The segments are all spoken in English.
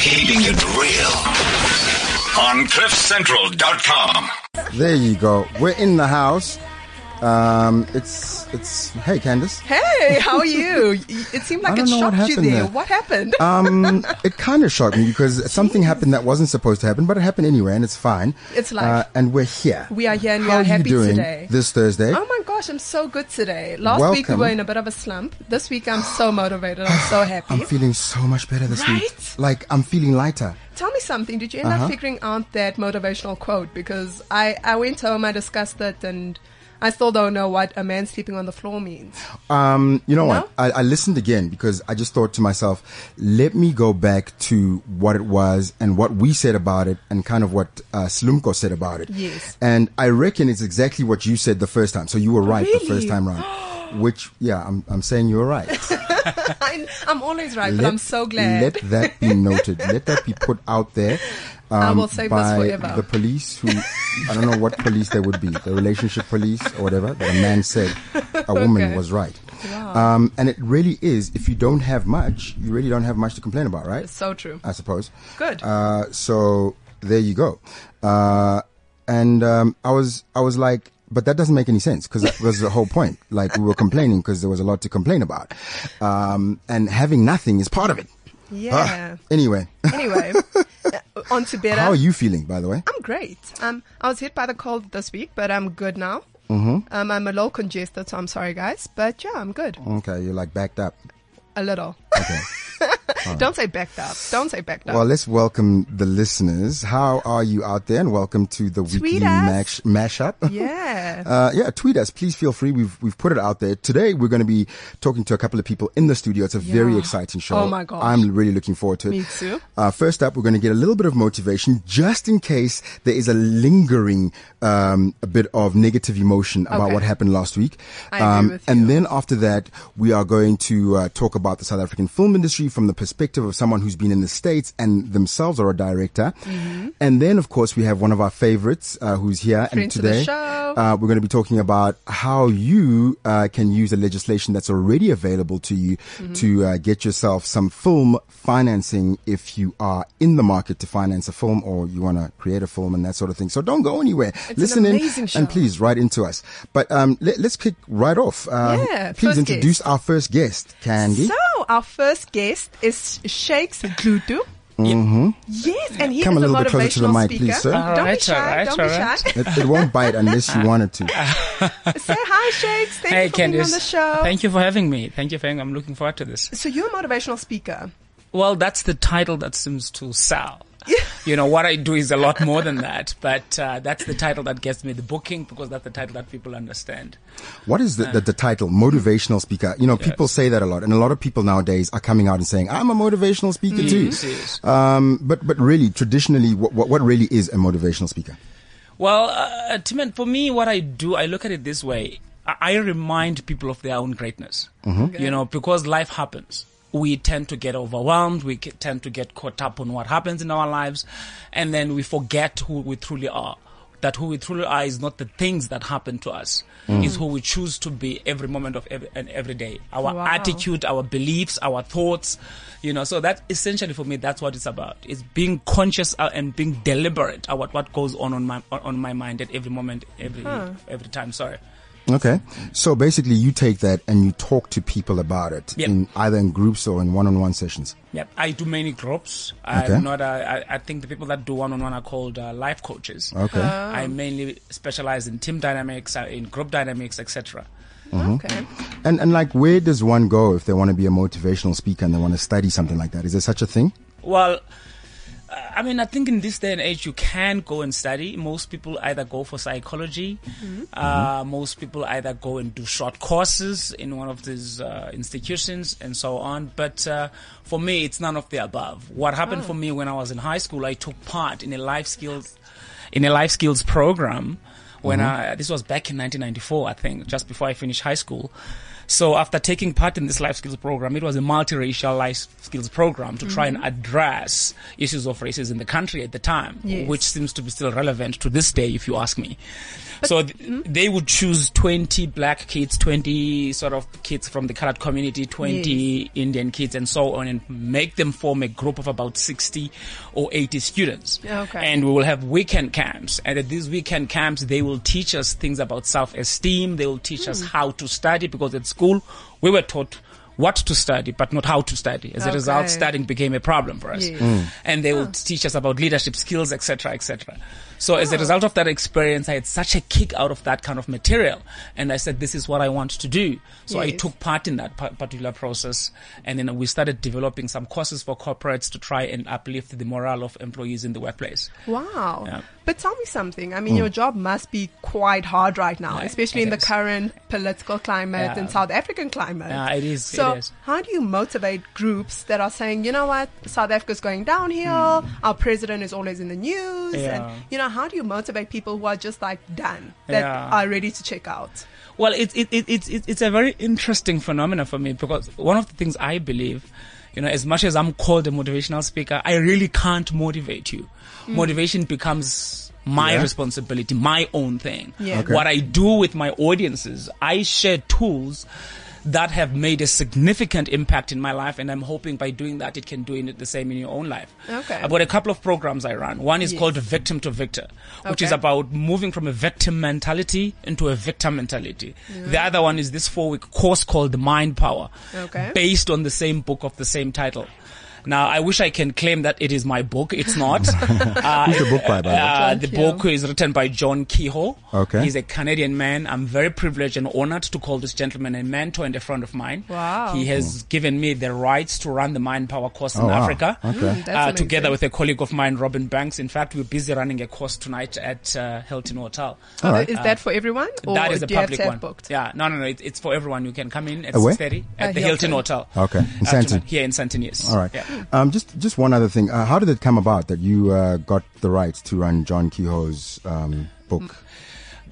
Keeping it real on CliffCentral.com. There you go. We're in the house. Um, it's it's. Hey, Candace. Hey, how are you? It seemed I like don't it know what shocked you happened there. there. What happened? Um, it kind of shocked me because something happened that wasn't supposed to happen, but it happened anyway, and it's fine. It's life. Uh, and we're here. We are here and we How are you happy doing today. This Thursday. oh my gosh, I'm so good today. Last week we Welcome. were in a bit of a slump. This week I'm so motivated. I'm so happy. I'm feeling so much better this Right? week. Like I'm feeling lighter. Tell me something. Did you end Uh-huh. up figuring out that motivational quote? Because I, I went home, I discussed it, and I still don't know what a man sleeping on the floor means. Um, you know No? what? I, I listened again because I just thought to myself, let me go back to what it was and what we said about it and kind of what uh, Slumko said about it. Yes. And I reckon it's exactly what you said the first time. So you were right the first Really? time round. Which, yeah, I'm, I'm saying you were right. I, I'm always right, but Let- I'm so glad. Let that be noted. let that be put out there. Um, will save this by forever. The police who, I don't know what police they would be, the relationship police or whatever, that a man said a woman Okay. was right. Um, and it really is, if you don't have much, you really don't have much to complain about, right? so true. I suppose. Good. Uh, so there you go. Uh, and um, I was I was like, but that doesn't make any sense because that was the whole point. Like we were complaining because there was a lot to complain about, um, and having nothing is part of it. Yeah. Ah, anyway, Anyway, uh, on to better. how are you feeling, by the way? I'm great. Um, I was hit by the cold this week, but I'm good now. Mm-hmm. Um, I'm a little congested, so I'm sorry, guys. But yeah, I'm good. Okay, you're like backed up. A little. Okay. Don't say backed up. Don't say backed up. Well, let's welcome the listeners. How are you out there? And welcome to the weekly Tweet us. mash mashup. yeah. Uh, yeah, tweet us. Please feel free. We've we've put it out there. Today we're going to be talking to a couple of people in the studio. It's a very Yeah. exciting show. Oh my gosh. I'm really looking forward to it. Me too. Uh, first up, we're going to get a little bit of motivation, just in case there is a lingering um, a bit of negative emotion about Okay. what happened last week. Um, I agree with and you. then after that, we are going to uh, talk about the South African film industry from the perspective of someone who's been in the States and themselves are a director. Mm-hmm. And then, of course, we have one of our favorites uh, who's here. and Friend to the today, show. uh, we're going to be talking about how you uh, can use the legislation that's already available to you Mm-hmm. to uh, get yourself some film financing if you are in the market to finance a film or you want to create a film and that sort of thing. So don't go anywhere. an Listen amazing in show. and please write into us. But um, let, us kick right off. Uh, Yeah, please first introduce our first guest, Candy. So our first guest is Shakes Glutu. Yes, and he Mm-hmm. Come is a a, little motivational bit closer to the mic, speaker. please, sir. Don't be Alright, shy. alright, don't alright. be shy. it, it won't bite unless you want it to. Say hi, Shakes. Thank you for being on the show. Thank you for having me. Thank you for having I'm looking forward to this. so you're a motivational speaker. Well, that's the title that seems to sell. you know, what I do is a lot more than that, but uh, that's the title that gets me the booking because that's the title that people understand. What is the, the, the title? Motivational speaker. You know, people say that a lot, and a lot of people nowadays are coming out and saying, "I'm a motivational speaker Mm, Yes, too." yes. Um, but but really, traditionally, what, what what really is a motivational speaker? Well, uh, Timen, for me, what I do, I look at it this way. I, I remind people of their own greatness. You know, because life happens. We tend to get overwhelmed. We ca- tend to get caught up on what happens in our lives. And then we forget who we truly are. That who we truly are is not the things that happen to us. It's who we choose to be every moment of every, and every day. Our Wow. attitude, our beliefs, our thoughts, you know. So that essentially for me, that's what it's about. It's being conscious uh, and being deliberate about what goes on on my on- on my mind at every moment, every every time. Sorry. Okay, so basically, you take that and you talk to people about it Yeah. in either in groups or in one-on-one sessions. Yep, I do many groups. Okay. I'm not. A, I, I think the people that do one-on-one are called uh, life coaches. Okay. Ah. I mainly specialize in team dynamics, uh, in group dynamics, etc. Mm-hmm. Okay. And and like, where does one go if they want to be a motivational speaker and they want to study something like that? Is there such a thing? Well, uh, I mean, I think in this day and age, you can go and study. Most people either go for psychology. Uh, Most people either go and do short courses in one of these uh, institutions and so on. But uh, for me, it's none of the above. What happened for me when I was in high school, I took part in a life skills in a life skills program when I, this was back in 1994, I think, just before I finished high school. So after taking part in this life skills program, it was a multiracial life skills program to try and address issues of racism in the country at the time, Yes. which seems to be still relevant to this day, if you ask me. so th- they would choose 20 black kids, 20 sort of kids from the colored community, 20 Indian kids and so on and make them form a group of about 60 or 80 students. Okay. And we will have weekend camps. And at these weekend camps, they will teach us things about self-esteem. They will teach us Hmm. how to study because at school we were taught what to study, but not how to study. As a result, Okay. studying became a problem for us. Yes. And they will teach us about leadership skills, etc., etc. So as a result of that experience, I had such a kick out of that kind of material. And I said, this is what I want to do. So I Yes. took part in that par- particular process. And then we started developing some courses for corporates to try and uplift the morale of employees in the workplace. Wow. Yeah. Mm. But tell me something. I mean, your job must be quite hard right now, Yeah, especially it in the is. current political climate Yeah. and South African climate. Yeah, it is, So, it is. how do you motivate groups that are saying, you know what, South Africa's going downhill, our president is always in the news? Hmm. Yeah. And, you know, how do you motivate people who are just like done, that Yeah. are ready to check out? Well, it's it, it, it's it's it's a very interesting phenomena for me because one of the things I believe, you know, as much as I'm called a motivational speaker, I really can't motivate you. Mm. Motivation becomes my Yeah. responsibility, my own thing. Yeah. Okay. What I do with my audiences, I share tools that have made a significant impact in my life, and I'm hoping by doing that, it can do in- the same in your own life. Okay. I've got a couple of programs I run. One is Yes. called Victim to Victor, which is Okay. about about moving from a victim mentality into a victor mentality. The other one is this four week course called Mind Power, Okay. based on the same book of the same title. Now, I wish I can claim that it is my book. It's not. uh, Who's the book by, by the way? uh, John the Keogh. book is written by John Kehoe. Okay. He's a Canadian man. I'm very privileged and honored to call this gentleman a mentor and a friend of mine. Wow. He has given me the rights to run the Mind Power course Hmm. Oh, in wow. Africa. Okay. Mm, Hmm, that's uh, amazing. together with a colleague of mine, Robin Banks. In fact, we're busy running a course tonight at uh, Hilton Hotel. All right. Is that for everyone? Or Uh, Oh, that is do a you have public to have one. booked? Yeah, no, no, no. It, it's for everyone. You can come in at Uh, where? six thirty at Uh, the Hilton, Hilton. Hotel. Okay. In Uh, Sandton. tonight, here in Santon, yes. All right. Yeah. Um, just just one other thing. Uh, how did it come about that you uh, got the rights to run John Kehoe's um, book?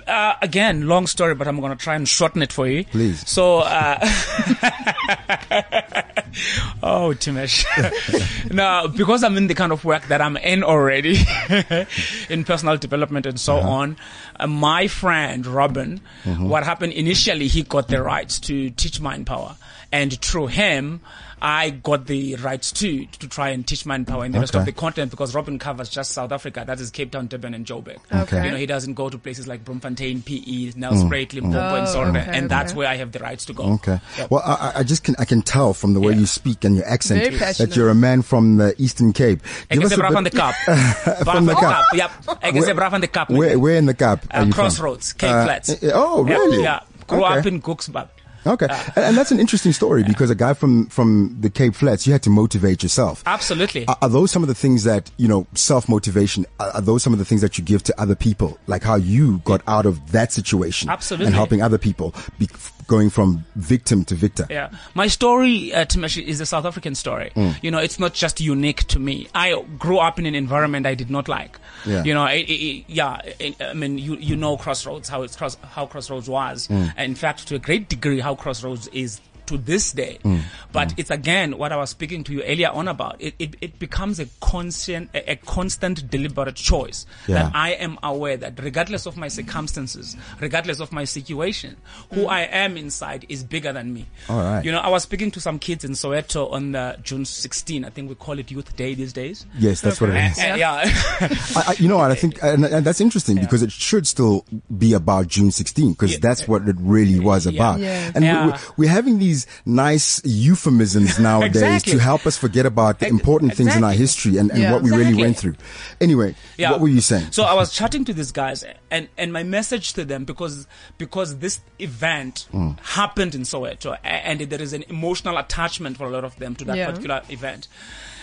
uh, again, long story, but I'm going to try and shorten it for you. Please. So, uh, oh, Timesh. now, because I'm in the kind of work that I'm in already, in personal development and so on, uh, my friend Robin, what happened initially, he got the rights to teach Mind Power. And through him, I got the rights too to try and teach Mind Power and the rest Okay. of the content because Robin covers just South Africa. That is Cape Town, Durban, and Joburg. Okay. You know, he doesn't go to places like Bloemfontein, PE, Nelspruit, Mm. Limpopo, and so on. Oh, okay, and that's okay. where I have the rights to go. Okay. Well, I, I- I just can I can tell from the way Yeah. you speak and your accent Very that passionate. you're a man from the Eastern Cape. I Give guess us a a braf bit- on the cup. From the cup. Yep. I guess a braf on the cup. Where, where in the Cape? are you Uh, from? crossroads, Cape Uh, Flats. eh, eh, Oh, Yeah, really? Yeah. Grew okay. up in Gooksbub. Okay, and, and that's an interesting story because a guy from from the Cape Flats, you had to motivate yourself. Ah. Absolutely. Are, are those some of the things that you know, self motivation? Are, are those some of the things that you give to other people, like how you got out of that situation, Absolutely. and helping other people, be, f- going from victim to victor? Yeah. My story, uh, Timesh, is a South African story. Mm. You know, it's not just unique to me. I grew up in an environment I did not like. Yeah. You know, I, I- I, yeah, I, I mean, you, you know Crossroads, how it's cross, how Crossroads was. Mm. And in fact, to a great degree, how Crossroads is to this day. Mm. But it's again what I was speaking to you earlier on about. It, it, it becomes a constant, a, a constant deliberate choice Yeah. that I am aware that regardless of my circumstances, regardless of my situation, Mm. who I am inside is bigger than me. All right. You know, I was speaking to some kids in Soweto on uh, June 16. I think we call it Youth Day these days. Yes, that's what it is. And- yeah. I, I, you know what I think, and, and that's interesting because it should still be about June 16 because that's what it really was about. Yeah. And Yeah. We, we, we're having these nice euphemisms nowadays Exactly. to help us forget about the Ex- important things in our exactly. history and, and Yeah. what we really Exactly. went through. Anyway, Yeah. what were you saying? So I was chatting to these guys, and and my message to them because because this event Hmm. happened in Soweto, a- and there is an emotional attachment for a lot of them to that Yeah. particular event.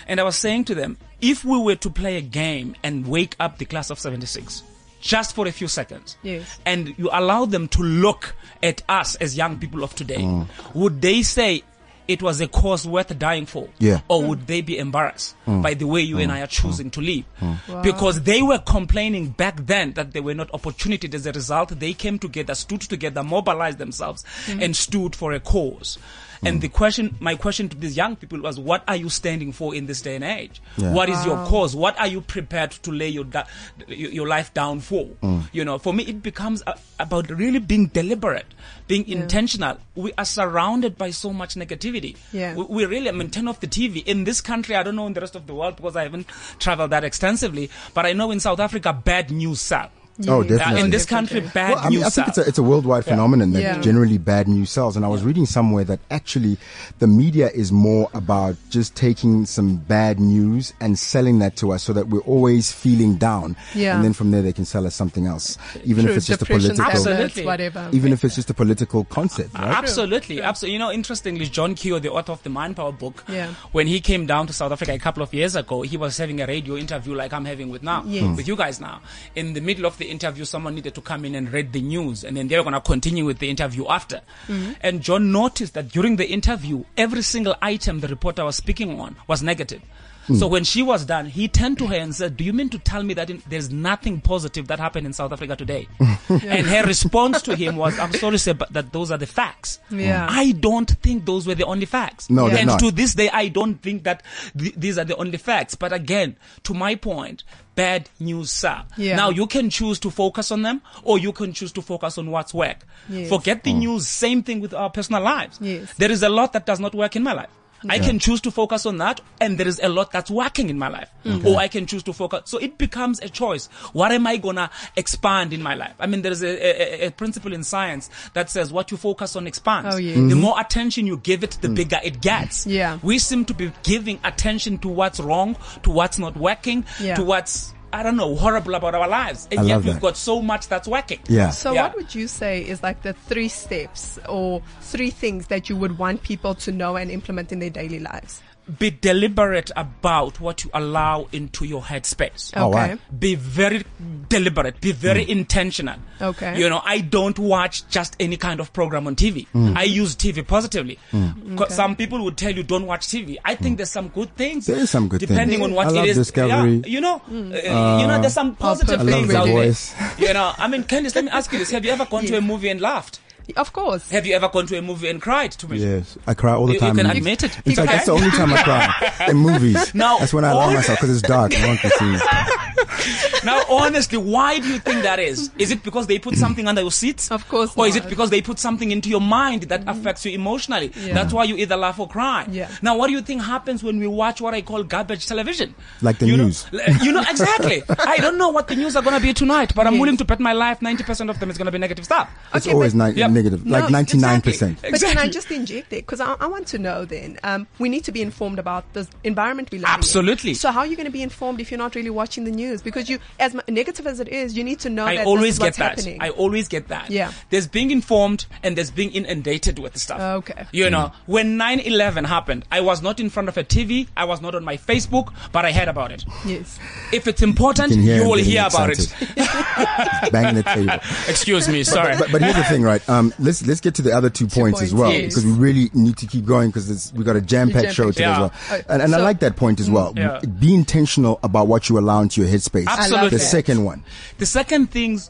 And I was saying to them, if we were to play a game and wake up the class of '76 just for a few seconds, Yes. Hmm. and you allow them to look at us as young people of today, would they say? it was a cause worth dying for? Yeah. Or would they be embarrassed by the way you and I are choosing to live? Because they were complaining back then that there were not opportunities. As a result, they came together, stood together, mobilized themselves, and stood for a cause. And the question, my question to these young people was, what are you standing for in this day and age? Yeah. What is your cause? What are you prepared to lay your, da- your your life down for? You know, for me, it becomes a, about really being deliberate, being intentional. We are surrounded by so much negativity. Yeah. We, we really, I mean, turn off the TV. In this country, I don't know in the rest of the world because I haven't traveled that extensively, but I know in South Africa, bad news sell. Oh, Uh, definitely. in this Different country, thing. bad Well, I news mean, I think sell. it's a, it's a worldwide phenomenon that Yeah. generally bad news sells. And I was reading somewhere that actually the media is more about just taking some bad news and selling that to us so that we're always feeling down. Yeah. And then from there they can sell us something else, even if True, it's just a depression political, Absolutely. tablets, whatever. even if it's just a political concept, right? Absolutely, absolutely. You know, interestingly, John Keogh, the author of the Manpower book, Yeah. when he came down to South Africa a couple of years ago, he was having a radio interview like I'm having with now, Yes. Mm. with you guys now. In the middle of the interview, someone needed to come in and read the news, and then they were going to continue with the interview after. Mm-hmm. And John noticed that during the interview, every single item the reporter was speaking on was negative. Hmm. So when she was done, he turned to her and said, "Do you mean to tell me that in, there's nothing positive that happened in South Africa today?" And her response to him was, "I'm sorry, sir, but that those are the facts. Yeah. I don't think those were the only facts. No, they're and not. to this day, I don't think that th- these are the only facts. But again, to my point, bad news, sir. Yeah. Now you can choose to focus on them, or you can choose to focus on what's work. Yes. Forget the news. Same thing with our personal lives. Yes. There is a lot that does not work in my life. I can choose to focus on that, and there is a lot that's working in my life. Or I can choose to focus. So it becomes a choice. What am I gonna expand in my life? I mean, there is a, a, a- a principle in science that says what you focus on expands. Oh, yes. The more attention you give it, the bigger it gets. Yeah. We seem to be giving attention to what's wrong, to what's not working, Yeah. to what's, I don't know, horrible about our lives. And I yet love we've that. got so much that's working. Yeah. So, Yeah. what would you say is like the three steps or three things that you would want people to know and implement in their daily lives? Be deliberate about what you allow into your headspace. Oh, wow. Okay. be very deliberate be very Mm. intentional Okay. you know i don't watch just any kind of program on tv Mm. i use tv positively 'Cause some people would tell you don't watch tv i think there's some good things Mm. There is some good depending things. on what I it love is Discovery. Yeah, you know uh, you know there's some positive I love things The out there. Voice. you know i mean candice let me ask you this have you ever gone to a movie and laughed Of course. have you ever gone to a movie and cried to me Yes, I cry all the You- you time. in can movies. admit it. In fact, Okay. that's the only time I cry in movies. No. that's when I allow Oh. myself because it's dark. No one can see. Now, honestly, why do you think that is? Is it because they put something under your seat? Of course Or is it not. because they put something into your mind that affects you emotionally? Yeah. That's why you either laugh or cry. Yeah. Now, what do you think happens when we watch what I call garbage television? Like the you news. Know, l- you know, exactly. I don't know what the news are going to be tonight, but I'm Yes. willing to bet my life 90% of them is going to be negative stuff. It's always but, ni- Yep. negative, No, like ninety nine percent. exactly. but can I just inject it? Because I, I want to know then. Um, we need to be informed about the environment we live in. Absolutely. So, how are you going to be informed if you're not really watching the news? Because you, as mu- negative as it is, you need to know I that this always is get what's that. happening. I always get that. Yeah. There's being informed and there's being inundated with stuff. Okay. You know, when 9-11 happened, I was not in front of a TV. I was not on my Facebook, but I heard about it. yes. If it's important, You can you, hear him will getting hear about it. excited. Banging the table. Excuse me. Sorry. But, but here's the thing, right? Um, let's let's get to the other two, points, as points, well yes. because we really need to keep going because we got a jam packed Jam-packed. show today Yeah. as well. And, and I So- like that point as well. Yeah. Be intentional about what you allow into your headspace. Absolutely. The that. second one. The second things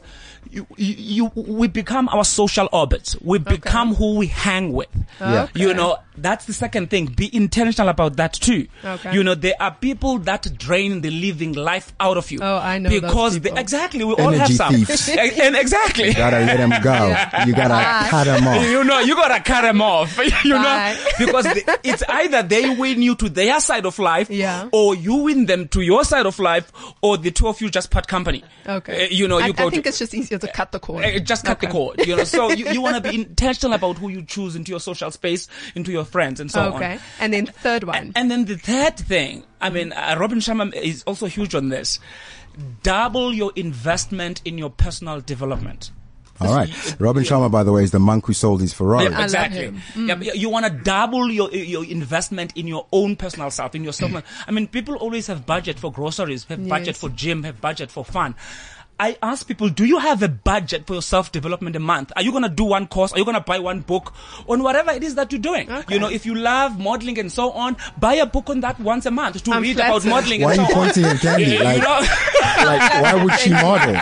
you, you, you we become our social orbits. We become who we hang with. Yeah. Okay. You know, that's the second thing. Be intentional about that too. Okay. You know, there are people that drain the living life out of you. Oh, I know those Because people. they, exactly, we all have Energy some. thieves. and, and exactly. You gotta let them go. You gotta Ah. Bye. cut them off. You know, you gotta cut them off. You know, Bye. because they, it's either they win you to their side of life, Yeah. or you win them to your side of life, or the two of you just part company. Okay. Uh, you know, I, I you go think to. it's just easier to cut the cord. uh, just cut the Okay. cord, you know. So you, you want to be intentional about who you choose into your social space, into your friends, and so on. Okay. And then third one. And then the third thing, I mean, uh, Robin Sharma is also huge on this. Double your investment in your personal development. All right. Robin Sharma, by the way, is the monk who sold his Ferrari. Yeah, exactly. him. Yeah, but you- you want to double your your investment in your own personal self, Mm. in yourself. I mean, people always have budget for groceries, have budget Yes. for gym, have budget for fun. I ask people, do you have a budget for your self-development a month? Are you going to do one course? Are you going to buy one book on whatever it is that you're doing? You know, if you love modeling and so on, buy a book on that once a month to I'm read about flattered. modeling Why and are so you on. pointing at Candy? You know, Like, like, why would she model?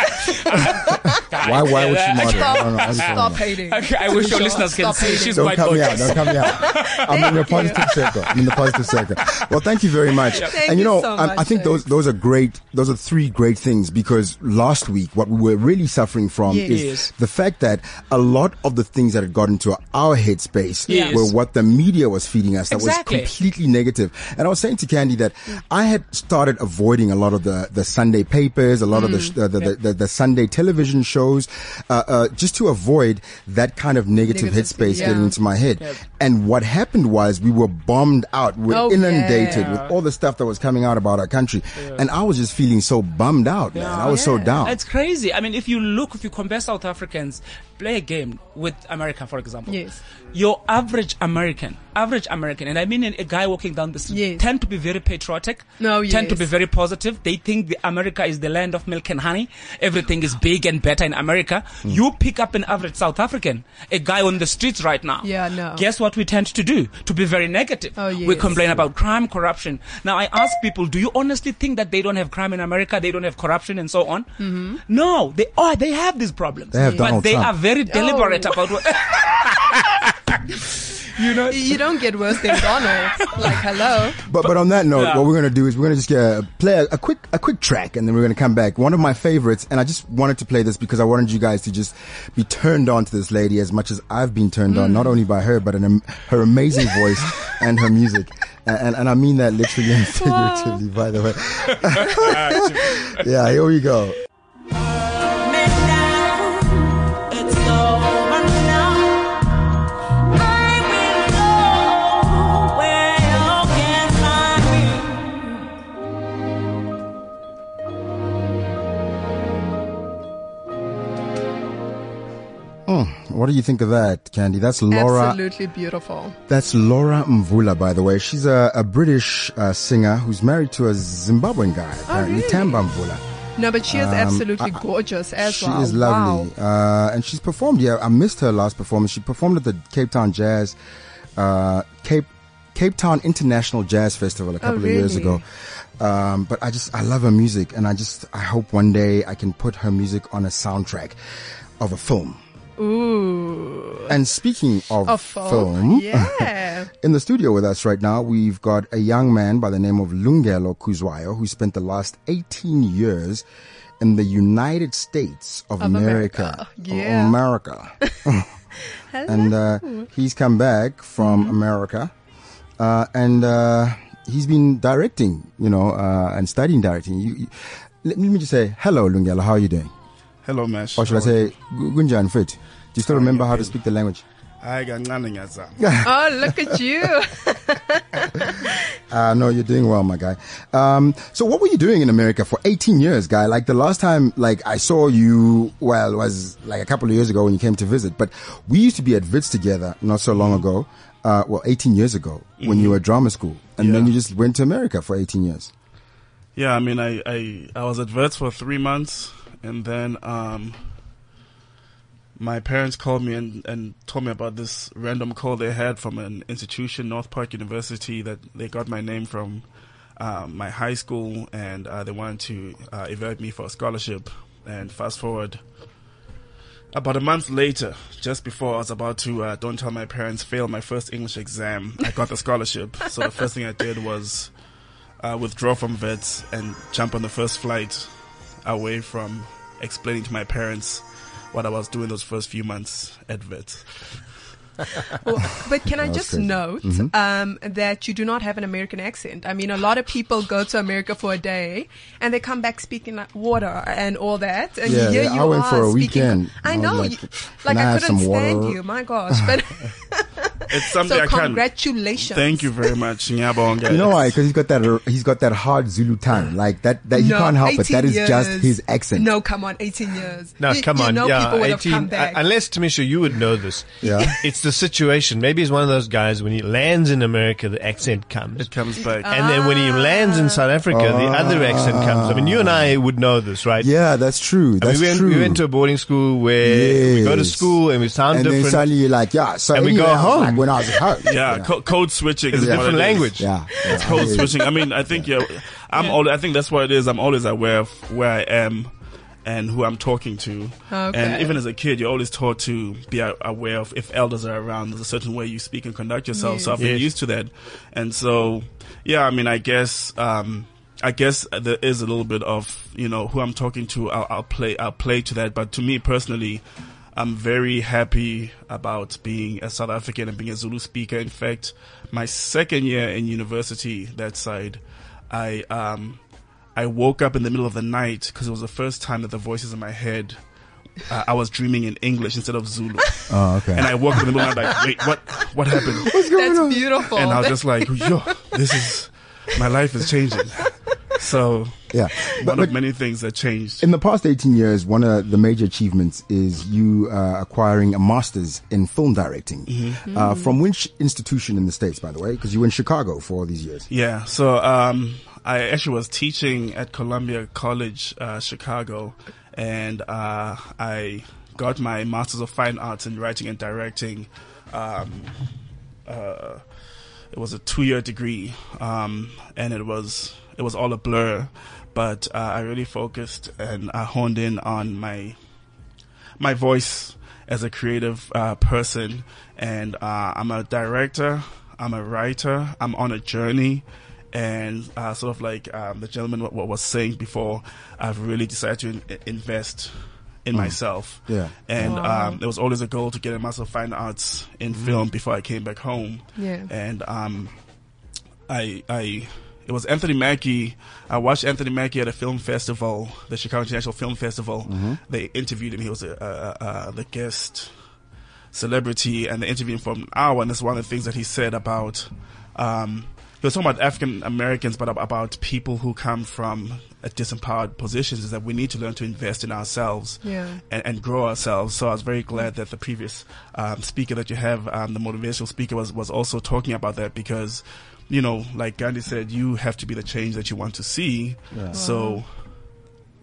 Why, why would she model? I don't know. I just don't Stop know. hating. Okay, I wish your Sure, listeners can stop see hating. she's Don't quite come here. gorgeous. Don't come here. I'm in the positive circle. I'm in the positive circle. Well, thank you very much. Thank and you you know, so um, I much, think those those are great. Those are three great things because last week what we were really suffering from is Yes. the fact that a lot of the things that had got into our headspace Yes. were what the media was feeding us. That Exactly. was completely negative. And I was saying to Candy that I had started avoiding a lot of the the Sunday papers, a lot Mm. of the, sh- the, the, the the Sunday television shows, uh, uh, just to avoid that kind of negative, Negative, headspace yeah. getting into my head. And what happened was we were bombed out. We were Oh, inundated yeah. with all the stuff that was coming out about our country. And I was just feeling so bummed out, man. I was so down. It's crazy. I mean, if you look, if you compare South Africans, play a game with America, for example. Yes. Your average American, average American, and I mean a guy walking down the street, Yes. tend to be very patriotic. No, Tend to yes. be very positive. They think the America is the land of milk and honey. Everything is big and better in America. You pick up an average South African, a guy on the streets right now. Yeah, no. Guess what we tend to do? To be very negative. Oh, We yes. complain about crime, corruption. Now I ask people, do you honestly think that they don't have crime in America? They don't have corruption and so on? Mm-hmm. No, they are. They have these problems. They have but Donald they Trump. are very deliberate Oh. about what. you know, You don't get worse than Donald. like, hello. But, but on that note, Yeah. what we're going to do is we're going to just uh, play a, a quick a quick track, and then we're going to come back. One of my favorites, and I just wanted to play this because I wanted you guys to just be turned on to this lady as much as I've been turned on, not only by her but in am- her amazing voice and her music, and, and and I mean that literally and figuratively, by the way. yeah, here we go. It's over now. I will go where you can find me. What do you think of that, Candy? That's Laura. Absolutely beautiful. That's Laura Mvula, by the way. She's a, a British uh, singer who's married to a Zimbabwean guy, apparently really? Tamba Mvula. No, but she is absolutely gorgeous as um, she well. is lovely, Wow. uh, and she's performed. Yeah, I missed her last performance. She performed at the Cape Town Jazz, uh, Cape Cape Town International Jazz Festival a couple of years Oh, really? ago. Um, but I just I love her music, and I just I hope one day I can put her music on a soundtrack of a film. Ooh. And speaking of A folk. film, Yeah. in the studio with us right now, we've got a young man by the name of Lungelo Kuzwayo who spent the last 18 years in the United States of, America. Oh, America. Yeah. Of America. and uh, he's come back from America uh, and uh, he's been directing, you know, uh, and studying directing. You, you- let, me just say, hello, Lungelo, how are you doing? Hello, Mesh. Or should I say, "Gu- Gunjan Fit? Do you still remember how to yeah. speak the language? Hi, kancane ngiyazama. Oh, look at you. Uh, no, you're doing well, my guy. Um, so what were you doing in America for 18 years, guy? Like the last time, like I saw you, well, was like a couple of years ago when you came to visit, but we used to be at Vits together not so Mm-hmm. long ago. Uh, well, 18 years ago when you were at drama school and then Yeah. you just went to America for 18 years. Yeah, I mean, I, I, I was at Vets for three months, and then um, my parents called me and, and told me about this random call they had from an institution, North Park University, that they got my name from um, my high school, and uh, they wanted to uh, evaluate me for a scholarship. And fast forward, about a month later, just before I was about to, uh, don't tell my parents, fail my first English exam, I got the scholarship. so the first thing I did was uh, withdraw from vets and jump on the first flight away from explaining to my parents what I was doing those first few months at vets. But can I just crazy. note um, that you do not have an American accent? I mean, a lot of people go to America for a day and they come back speaking like water and all that. And Yeah, here yeah, you I went are for a speaking- weekend. I I was know. like, you- "Can Like, I I have couldn't some stand water?" you. My gosh. But it's something so I can't. congratulations. Thank you very much. Ngiyabonga. You know why? Because he's got that he's got that hard Zulu tongue. Like that, that he No, can't help it. 18 That is just years. his accent. No, come on, 18 years. No, you, come you on. know yeah, people would have 18. come back. I- unless, Tamisha, you would know this. Yeah. It's the situation. Maybe he's one of those guys when he lands in America, the accent comes. It comes back. Uh, and then when Ah. he lands in South Africa, the other accent comes. I mean, you and I would know this, right? Ah. Yeah, that's true. I mean, That's we, went, true. we went to a boarding school where we go to Yes. school and we sound and then different. suddenly you're like, yeah. So And we go anyway, I was home. Like when I was at home. yeah, Co- code switching is it's a what different it is. language. yeah. yeah. Code switching. I mean, I think yeah, I'm al I think that's what it is. I'm always aware of where I am and who I'm talking to. Okay. And even as a kid, you're always taught to be a- aware of if elders are around. There's a certain way you speak and conduct yourself. So I've been Yes. used to that. And so, yeah, I mean, I guess. Um, I guess there is a little bit of you know who I'm talking to. I'll, I'll play. I'll play to that. But to me personally, I'm very happy about being a South African and being a Zulu speaker. In fact, my second year in university, that side, I um, I woke up in the middle of the night because it was the first time that the voices in my head. Uh, I was dreaming in English instead of Zulu, Oh, okay. and I woke up in the middle of the night like, wait, what? What happened? That's beautiful. And I was just like, yo, this is my life is changing. So yeah. But, one but of many things that changed. in the past 18 years, one of the major achievements is you uh, acquiring a master's in film directing. Uh, Mm-hmm. from which institution in the States, by the way? Because you were in Chicago for all these years. Yeah. So um, I actually was teaching at Columbia College, uh, Chicago, and uh, I got my Masters of Fine Arts in Writing and Directing. Um, uh, it was a two-year degree, um, and it was it was all a blur, but uh, I really focused and I honed in on my my voice as a creative uh, person, and uh, I'm a director, I'm a writer, I'm on a journey, and uh, sort of like um, the gentleman what, what was saying before, I've really decided to in- invest in myself. Yeah. and um, there was always a goal to get a master of fine arts in film before I came back home. Yeah. and um, I I it was Anthony Mackie. I watched Anthony Mackie at a film festival, the Chicago International Film Festival. They interviewed him. He was a, uh uh the guest celebrity, and they interviewed him for an hour. And that's one of the things that he said about. Um, he was talking about African Americans, but ab- about people who come from uh, disempowered positions. Is that we need to learn to invest in ourselves Yeah. and, and grow ourselves. So I was very glad that the previous um, speaker that you have, um, the motivational speaker, was, was also talking about that because, you know, like Gandhi said, you have to be the change that you want to see. So,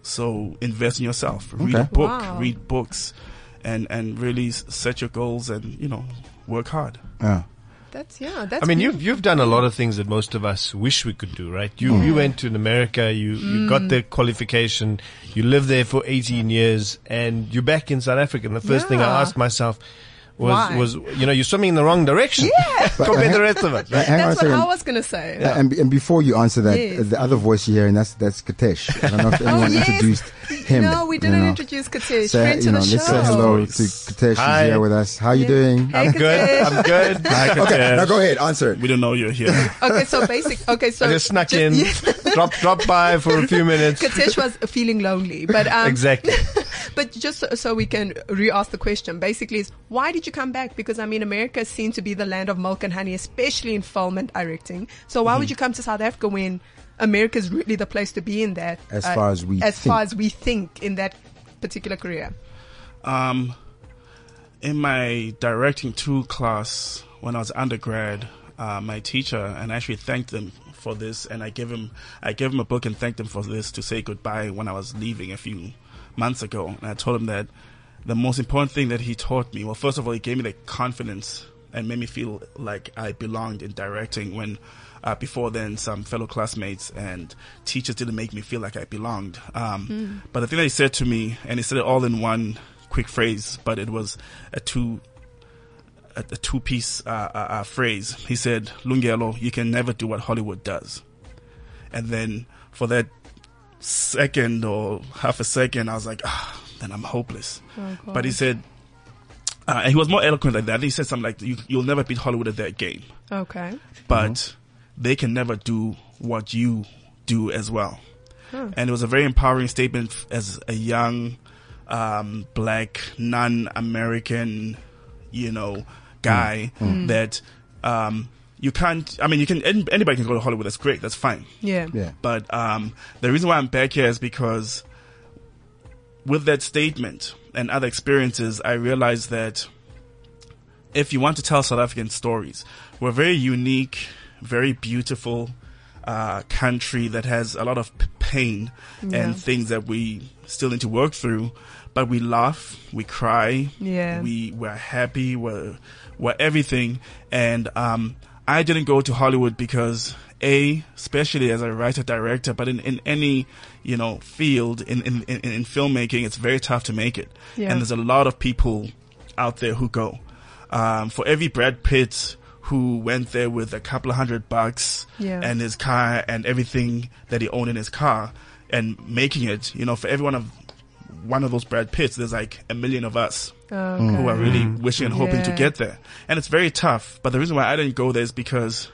so invest in yourself. Read a Okay. book, Wow. read books, and and really s- set your goals and you know work hard. Yeah. that's yeah. That's. I mean, beautiful. you've you've done a lot of things that most of us wish we could do, right? You you went to America, you Mm. you got the qualification, you lived there for 18 years, and you're back in South Africa. And the first thing Yeah. I asked myself was Why? was you know you're swimming in the wrong direction compared to the rest of us. Hang on a That's what second. I was gonna say. Yeah, and, be- and before you answer that, Yes. Oh, uh, the other voice you hear, and that's that's Katesh. I don't know if anyone yes. introduced him. no, we didn't you know. introduce Katesh. So, Friend you to know, the let's show. say hello to Katesh. Hi. He's here with us. How you doing? Um, Hey, I'm good. Katesh. I'm good. Okay, now go ahead. Answer it. We don't know you're here. Okay, so basic. Okay, so I just snuck ju- in, yeah. drop drop by for a few minutes. Katesh was feeling lonely, but um, Exactly. But just so, so we can re-ask the question, basically, is why did you come back? Because I mean, America is seen to be the land of milk and honey, especially in film and directing. So why Mm-hmm. would you come to South Africa when America is really the place to be in that? uh, As far as we as far think. as we think in that particular career. Um, in my directing two class when I was undergrad, uh, my teacher and I actually thanked them for this, and I gave him I gave him a book and thanked him for this to say goodbye when I was leaving a few months ago, and I told him that the most important thing that he taught me well, first of all, he gave me the confidence and made me feel like I belonged in directing when. Uh, before then, some fellow classmates and teachers didn't make me feel like I belonged. Um, But the thing that he said to me, and he said it all in one quick phrase, but it was a two a, a two piece uh, uh, uh, phrase. He said, Lungelo, you can never do what Hollywood does. And then for that second or half a second, I was like, ah, then I'm hopeless. but he said, uh, and he was more eloquent like that. He said something like, you, you'll never beat Hollywood at their game, Okay. but they can never do what you do as well. And it was a very empowering statement f- as a young, um, black, non American, you know, guy that um, you can't. I mean, you can. an- Anybody can go to Hollywood. That's great. That's fine. Yeah. Yeah. But um, the reason why I'm back here is because with that statement and other experiences, I realized that if you want to tell South African stories, we're a very unique, very beautiful uh, country that has a lot of p- pain Yeah. and things that we still need to work through. But we laugh, we cry, Yeah. we we're happy, we're we're everything. And um, I didn't go to Hollywood because a, especially as a writer director, but in, in any you know field in in, in in filmmaking, it's very tough to make it. Yeah. And there's a lot of people out there who go. Um, for every Brad Pitt who went there with a couple of hundred bucks Yeah. and his car and everything that he owned in his car and making it, you know, for every one of one of those Brad Pitts, there's like a million of us Okay. who are really wishing and hoping to Yeah. get there. And it's very tough. But the reason why I didn't go there is because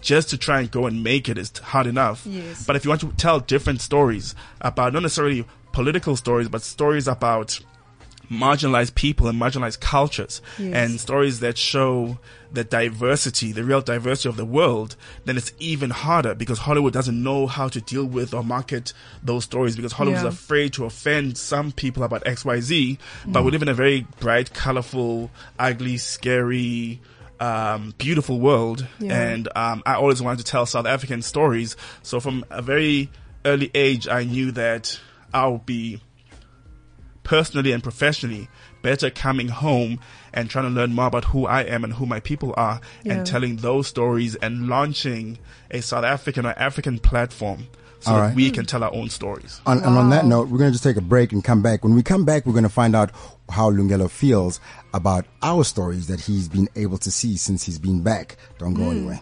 just to try and go and make it is hard enough. Yes. But if you want to tell different stories about not necessarily political stories, but stories about marginalized people and marginalized cultures Yes. and stories that show the diversity, the real diversity of the world, then it's even harder because Hollywood doesn't know how to deal with or market those stories because Hollywood's Yeah. afraid to offend some people about XYZ, Mm. but we live in a very bright, colorful, ugly, scary, um, beautiful world. Yeah. And um, I always wanted to tell South African stories. So from a very early age, I knew that I'll be personally and professionally better coming home and trying to learn more about who I am and who my people are Yeah. and telling those stories and launching a South African or African platform so All that right. we can tell our own stories. On, And on that note, we're going to just take a break and come back. When we come back, we're going to find out how Lungelo feels about our stories that he's been able to see since he's been back. Don't Hmm. go anywhere.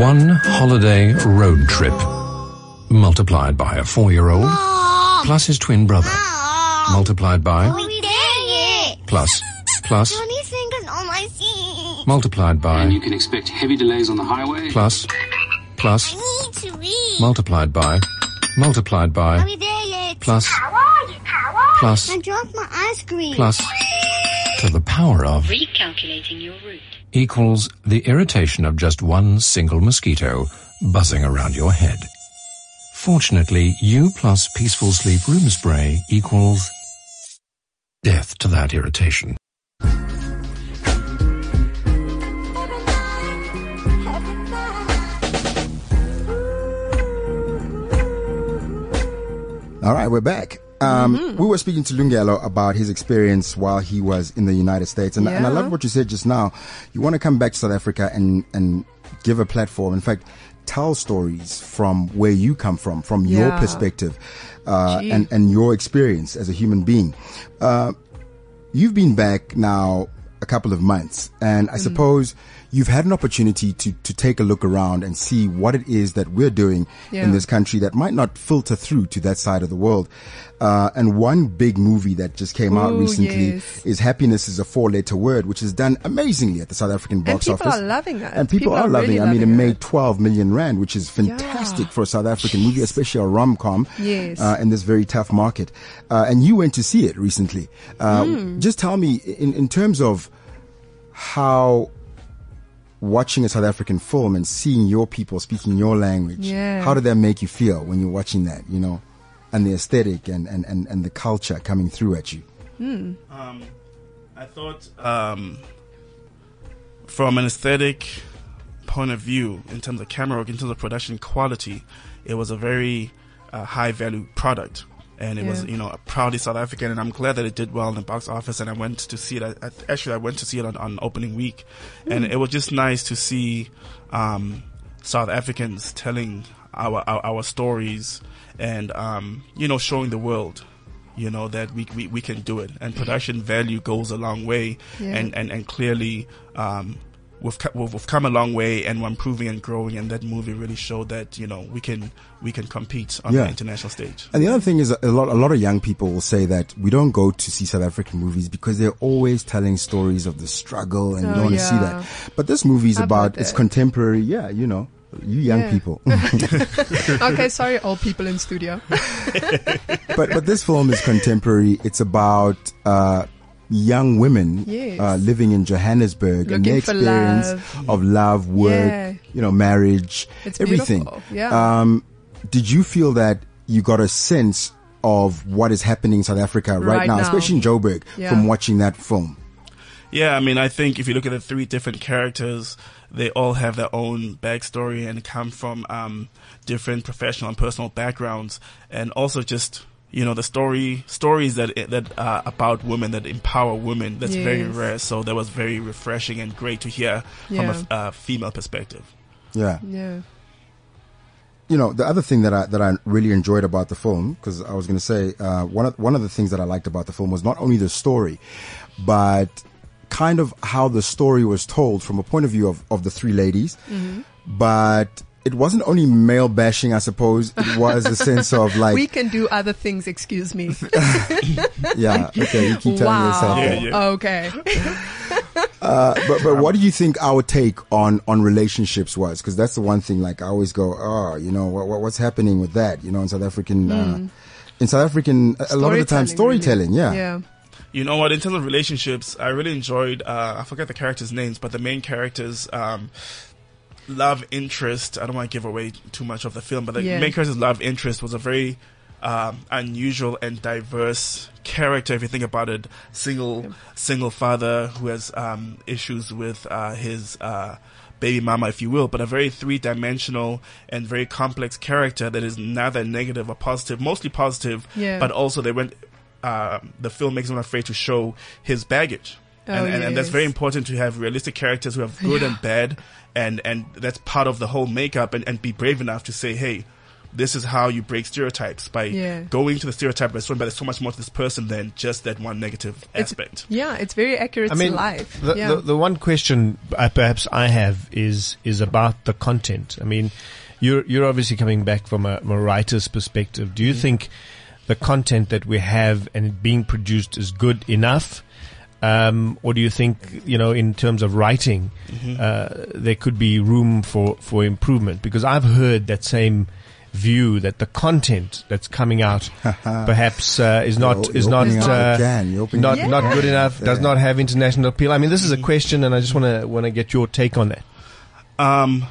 One holiday road trip multiplied by a four year old plus his twin brother multiplied by We did it! plus plus Johnny's fingers on my seat. multiplied and by you can expect heavy delays on the highway. plus plus I need to eat. multiplied by multiplied Are by we there yet? Plus. How are you? How are Plus. you? I dropped my ice cream. plus to the power of Recalculating your route. equals the irritation of just one single mosquito buzzing around your head. Fortunately, U plus peaceful sleep room spray equals death to that irritation. All right, we're back. Um, Mm-hmm. We were speaking to Lungelo about his experience while he was in the United States, and, and I Yeah. love what you said just now. You want to come back to South Africa and and give a platform. In fact, tell stories from where you come from, from your Yeah. perspective, uh, Gee. and and your experience as a human being. Uh, you've been back now a couple of months, and Mm. I suppose you've had an opportunity to to take a look around and see what it is that we're doing Yeah. in this country that might not filter through to that side of the world. Uh, and one big movie that just came out Ooh, recently yes. is Happiness is a Four Letter Word, which is done amazingly at the South African box people office. are loving it. And people, People are, are loving it. really I mean, it loving made it. 12 million Rand, which is fantastic Yeah. for a South African movie, especially a rom com Yes. uh, in this very tough market. Uh, and you went to see it recently. Uh, Hmm. Just tell me, in, in terms of how watching a South African film and seeing your people speaking your language, Yeah. how did that make you feel when you're watching that, you know? And the aesthetic and, and, and, and the culture coming through at you. I thought um, from an aesthetic point of view, in terms of camera work, in terms of production quality, it was a very uh, high value product. And it was, Yeah. you know, proudly South African, and I'm glad that it did well in the box office. And I went to see it. I, I, actually, I went to see it on, on opening week, and it was just nice to see um, South Africans telling our our, our stories, and um, you know, showing the world you know that we, we we can do it and production value goes a long way Yeah. and and and clearly um we've, co- we've we've come a long way and we're improving and growing and that movie really showed that you know we can we can compete on Yeah. the international stage And the other thing is a lot, a lot of young people will say that we don't go to see South African movies because they're always telling stories of the struggle and you Oh, don't want to see yeah. that. But this movie is I've about, heard it's that. contemporary. Yeah, you know, you young Yeah. people. okay, sorry, all people in studio. but, but this film is contemporary. It's about, uh, young women Yes. uh, living in Johannesburg and their Looking for experience love. of love, work, Yeah. you know, marriage, It's everything. beautiful, yeah. Um, did you feel that you got a sense of what is happening in South Africa right, Right now, now. especially in Joburg, Yeah. from watching that film? Yeah, I mean, I think if you look at the three different characters, they all have their own backstory and come from um, different professional and personal backgrounds, and also just you know the story stories that eh, that are about women that empower women. That's very Yes. rare, so that was very refreshing and great to hear Yeah. from a, a female perspective. Yeah. Yeah. you know the other thing that I that I really enjoyed about the film because I was going to say uh, one of one of the things that I liked about the film was not only the story, but kind of how the story was told from a point of view of of the three ladies, Mhm. but. It wasn't only male bashing, I suppose. It was a sense of like, we can do other things. Excuse me. yeah, okay, you keep telling wow. yourself. that. Okay. Uh, but but what do you think our take on on relationships was? Because that's the one thing. Like I always go, oh, you know, what, what what's happening with that? You know, in South African, uh, Mm. in South African, a, a lot of the time storytelling. Yeah. You know what? In terms of relationships, I really enjoyed. Uh, I forget the characters' names, but the main characters. Um, Love interest. I don't want to give away too much of the film, but the Yeah. main character's love interest was a very um, unusual and diverse character. If you think about it, single single father who has um, issues with uh, his uh, baby mama, if you will, but a very three dimensional and very complex character that is neither negative or positive, mostly positive, Yeah. but also they went uh, the film makes him afraid to show his baggage Oh, and, and, and that's yes. very important to have realistic characters who have good Yeah. and bad and and that's part of the whole makeup and, and be brave enough to say hey this is how you break stereotypes by Yeah. going to the stereotype restaurant but there's so much more to this person than just that one negative aspect Yeah, it's very accurate I mean, to life. The, yeah. the, the one question I, perhaps I have is is about the content. I mean, you're you're obviously coming back from a, from a writer's perspective. Mm. Do you think the content that we have and it being produced is good enough? Um, or do you think, you know, in terms of writing, Mm-hmm. Mhm. uh, there could be room for, for improvement? Because I've heard that same view that the content that's coming out perhaps uh, is not You're- is you're not opening up uh, a can. You're opening not up a not can. good enough. Does Yeah. not have international appeal. I mean, this is a Mm. question, and I just want to want to get your take on that. Um,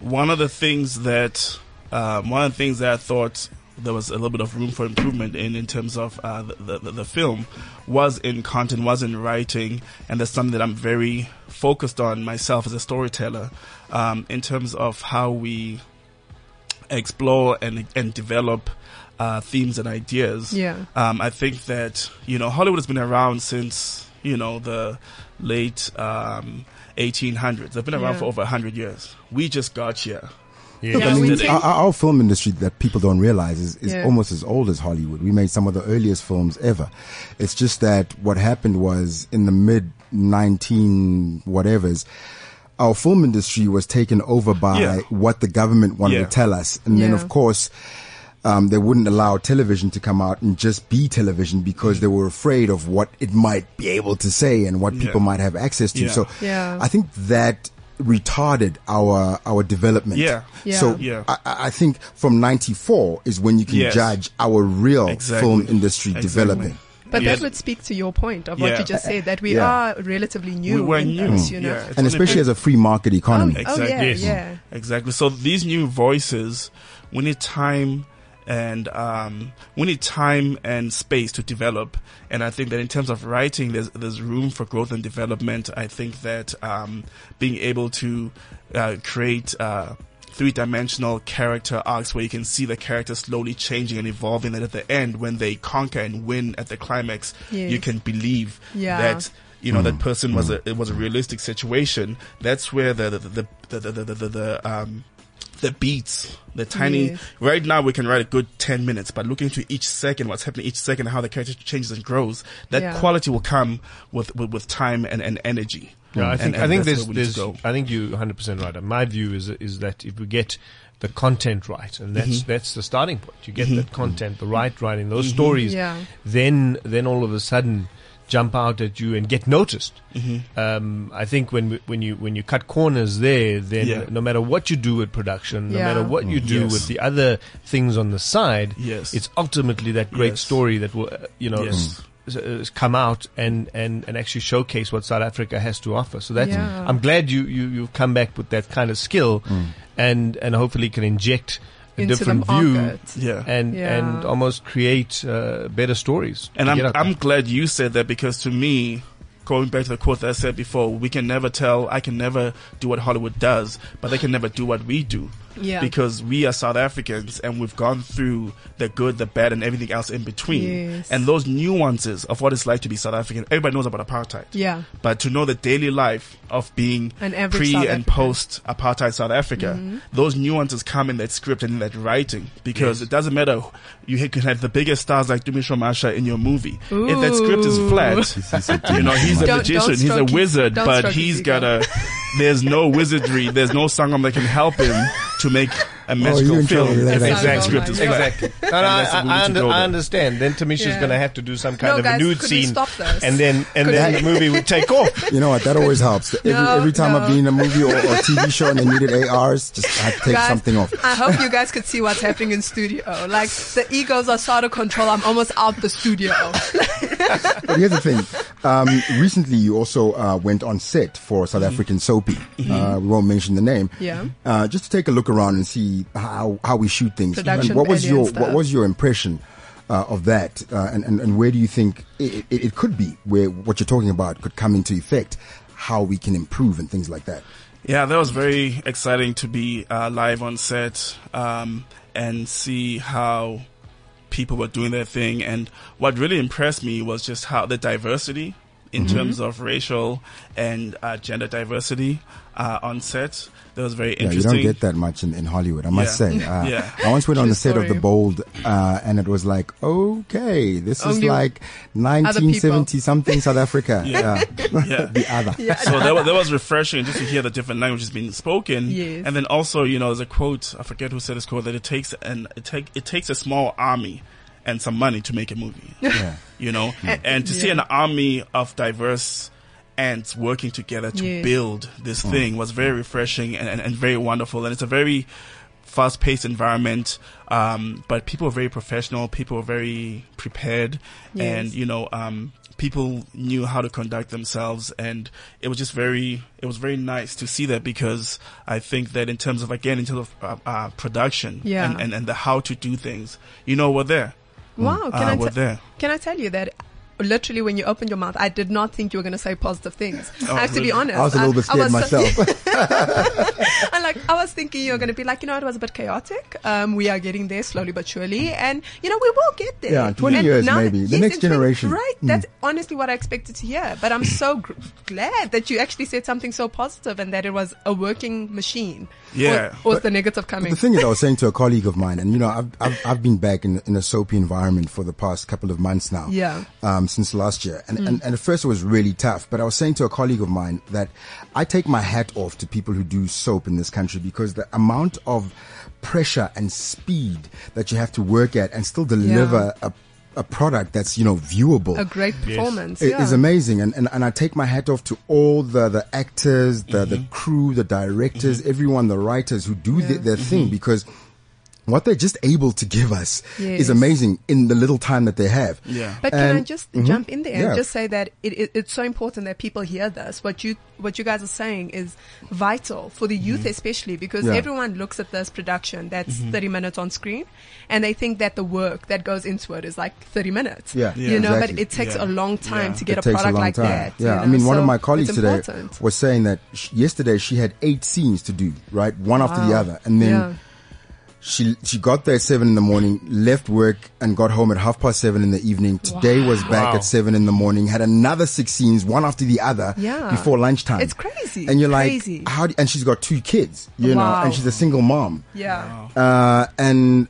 one of the things that um, one of the things that I thought there was a little bit of room for improvement in in terms of uh, the, the the film was in content, was in writing, and that's something that I'm very focused on myself as a storyteller um, in terms of how we explore and and develop uh, themes and ideas. Yeah. Um, I think that you know Hollywood has been around since you know the late um, 1800s. They've been around Yeah. for over 100 years. We just got here. Look, I mean, our, our our film industry that people don't realize is, is Yeah. almost as old as Hollywood. We made some of the earliest films ever. It's just that what happened was in the mid 19 whatevers, our film industry was taken over by Yeah. what the government wanted Yeah. to tell us. And then, Yeah. of course, um, they wouldn't allow television to come out and just be television Mm. because they were afraid of what it might be able to say and what Yeah. people might have access to. Yeah. So Yeah. I think that retarded our our development. Yeah. Yeah. So Yeah. I, I I think from '94 is when you can Yes. judge our real Exactly. film industry Exactly. developing. But Yes. that would speak to your point of Yeah. what you just said that we Yeah. are relatively new. We were in new. this, you know. Oh, Yeah. It's and only especially as been- a free market Oh, economy. Exactly. yeah, Yes. yeah. Exactly. So these new voices, we need time and um, we need time and space to develop. And I think that in terms of writing, there's there's room for growth and development. I think that um, being able to uh, create. Uh, Three dimensional character arcs where you can see the character slowly changing and evolving, and at the end, when they conquer and win at the climax, Yes. you can believe Yeah. that you know Mm. that person was a it was a realistic situation. That's where the the the the the, the, the, the um the beats, the tiny. Yes. Right now, we can write a good ten minutes, but looking to each second, what's happening each second, how the character changes and grows, that Yeah. quality will come with with, with time and, and energy. Yeah, I And- think and I think that's there's, where we need to there's I think you 100 percent right. And My view is is that if we get the content right, and that's Mhm. that's the starting point. You get Mhm. that content, the right writing, those Mhm. stories, Yeah. then then all of a sudden jump out at you and get noticed. Mhm. Um, I think when we- when you when you cut corners there, then Yeah. no matter what you do with production, no Yeah. matter what you Mm. do Yes. with the other things on the side, Yes. it's ultimately that great Yes. story that will uh, you know Yes. uh, come out and, and, and actually showcase what South Africa has to offer. So that's, Yeah. I'm glad you, you, you've come back with that kind of skill Mm. and, and hopefully can inject a Into the different view market. Yeah. and, Yeah. and almost create uh, better stories. And to I'm get out there. I'm glad you said that because to me, going back to the quote that I said before, we can never tell. I can never do what Hollywood does, but they can never do what we do. Yeah. Because we are South Africans and we've gone through the good, the bad, and everything else in between. Yes. And those nuances of what it's like to be South African. Everybody knows about apartheid. Yeah. But to know the daily life of being An average pre South and African. post apartheid South Africa, Mhm. those nuances come in that script and in that writing because it doesn't matter. who- You ha- can have the biggest stars like Dumisho Masha in your movie. If that script is Ooh. flat, you know, he's Don't- a don't magician, he's a stroke his- wizard, don't but stroke his he's ego. got a, there's no wizardry, there's no sangam that can help him to make a magical you're in film. trouble with that, if Oh, that Exactly. script is flat. Exactly. No, no, And I, that's what we I need to under- go I with. understand. Then Tamisha's Yeah. going to have to do some kind No, of guys, a nude could we scene, stop this? and then and Could then we- the movie would take off. You know what? That always helps. Every, No, every time I've no. been in a movie or, or TV show and they needed ARs, just I had to take Guys, something off. I hope you guys could see what's happening in studio. Like the egos are sort of control. I'm almost out the studio. Mm. But here's the thing. Um, recently, you also uh, went on set for South African Soapy. Uh, we won't mention the name. Mm-hmm. Yeah. Uh, just to take a look around and see how, how we shoot things. Production and what was value your and what stuff. was your impression uh, of that, uh, and, and and where do you think it, it, it could be where what you're talking about could come into effect? How we can improve and things like that. Yeah, that was very exciting to be uh, live on set um, and see how people were doing their thing. And what really impressed me was just how the diversity in Mhm. Mm-hmm. terms of racial and uh, gender diversity uh, on set. That was very Yeah, you interesting. don't get that much in, in Hollywood, I must Yeah. say. Uh, Yeah. I once went on True the set of story. The Bold, uh, and it was like, okay, this is Only like Oh, other people. 1970 something South Africa. Yeah. Yeah. the other. So that was, that was refreshing just to hear the different languages being spoken. Yes. And then also, you know, there's a quote, I forget who said this quote, that it takes an, it take, it takes a small army and some money to make a movie. Yeah. You know, Yeah. and to see Yeah. an army of diverse ants working together to Yes. build this Mm. thing was very refreshing and, and, and very wonderful. And it's a very fast paced environment. Um, but people are very professional. People are very prepared and, Yes. you know, um, people knew how to conduct themselves and it was just very, it was very nice to see that because I think that in terms of, again, in terms of uh, uh, production Yeah. and, and, and the how to do things, you know, we're there. Wow, can Uh, I we're te- there. Can I tell you that? Literally, when you opened your mouth, I did not think you were going to say positive things. Oh, I have to really? be honest. I was a little bit scared was so- myself. I like I was thinking you're going to be like, you know, it was a bit chaotic. Um, we are getting there slowly but surely, and you know, we will get there. Yeah, 20 And years maybe. The yes, next in 20 generation. Right. Mm. That's honestly what I expected to hear. But I'm so gr- glad that you actually said something so positive and that it was a working machine. Yeah. Or, or But- the negative But coming. the thing is, I was saying to a colleague of mine, and you know, I've, I've, I've been back in, in a soapy environment for the past couple of months now. Yeah. um, since last year. And, Mm. and, and at first it was really tough, but I was saying to a colleague of mine that I take my hat off to people who do soap in this country because the amount of pressure and speed that you have to work at and still deliver a a product that's you know viewable A great Yes. performance, i- yeah. is amazing and, and and i take my hat off to all the the actors the the crew the directors everyone the writers who do the, their thing because what they're just able to give us Yes. is amazing in the little time that they have mm-hmm. yeah. But can I just jump in there and Yeah. just say that it, it, it's so important that people hear this. What you what you guys are saying is vital for the youth, Mm-hmm. Mhm. especially because Yeah. everyone looks at this production that's Mhm. thirty minutes on screen, and they think that the work that goes into it is like thirty minutes. Yeah. Yeah. you know, Exactly. but it takes Yeah. a long time to get It a takes product long like time. that. Yeah, I you mean, know, one of so my colleagues it's today important. was saying that sh yesterday she had eight scenes to do, right, one after the Wow. other, and then Yeah. she she got there at seven in the morning, left work, and got home at half past seven in the evening. Today was back Wow. at seven in the morning, had another six scenes, one after the other, Yeah. before lunchtime. It's crazy. and you're like, Crazy. how? Do, and she's got two kids, you know, Wow. and she's a single mom. Yeah. Uh, and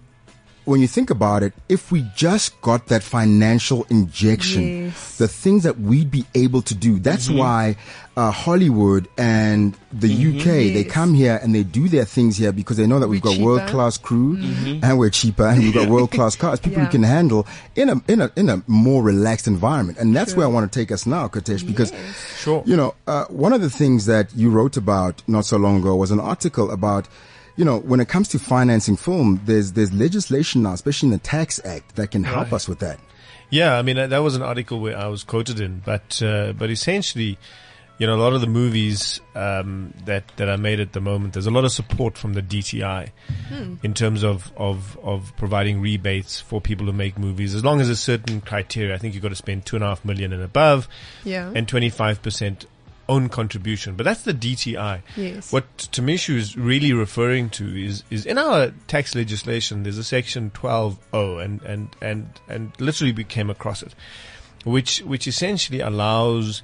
when you think about it, if we just got that financial injection, Yes. Mm-hmm. the things that we'd be able to do, that's why uh, Hollywood and the UK, they Yes. come here and they do their things here because they know that we've We're got cheaper. world class crew Mhm. and we're cheaper and we've got world class cars, people Yeah. who can handle in a, in a, in a more relaxed environment. And that's where I want to take us now, Katesh, because Sure. you know, uh, one of the things that you wrote about not so long ago was an article about you know, when it comes to financing film, there's there's legislation now, especially in the Tax Act, that can help Right. us with that. Yeah, I mean uh, that was an article where I was quoted in, but uh, but essentially, you know, a lot of the movies um, that that are made at the moment, there's a lot of support from the DTI Hmm. in terms of of of providing rebates for people who make movies, as long as a certain criteria. I think you've got to spend two and a half million and above, Yeah. and twenty five percent own contribution. But that's the DTI. Yes. What Tamishu is really referring to is is in our tax legislation there's a section twelve O and, and and and literally we came across it. Which which essentially allows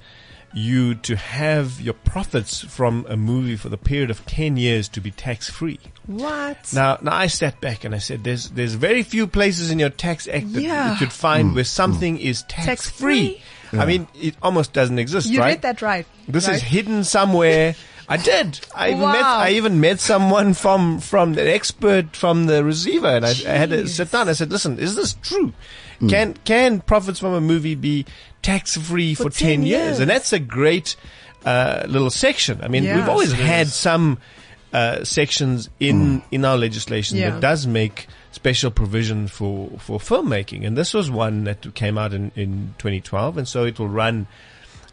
you to have your profits from a movie for the period of ten years to be tax free. What? Now, now I sat back and I said, "There's, there's very few places in your tax act that Yeah. you could find Mm, where something is tax, free. Tax-free? I mean, it almost doesn't exist, you right? read that right. This right? is hidden somewhere. I did. I even met. Wow. I even met someone from from the expert from the receiver, and I, I had to Jeez. sit down. I said, "Listen, is this true? Can can profits from a movie be tax free for, ten years? And that's a great uh, little section. I mean, Yeah. we've always Yes, it had some uh, sections in in our legislation Yeah. that does make special provision for for filmmaking, and this was one that came out in in 2012, and so it will run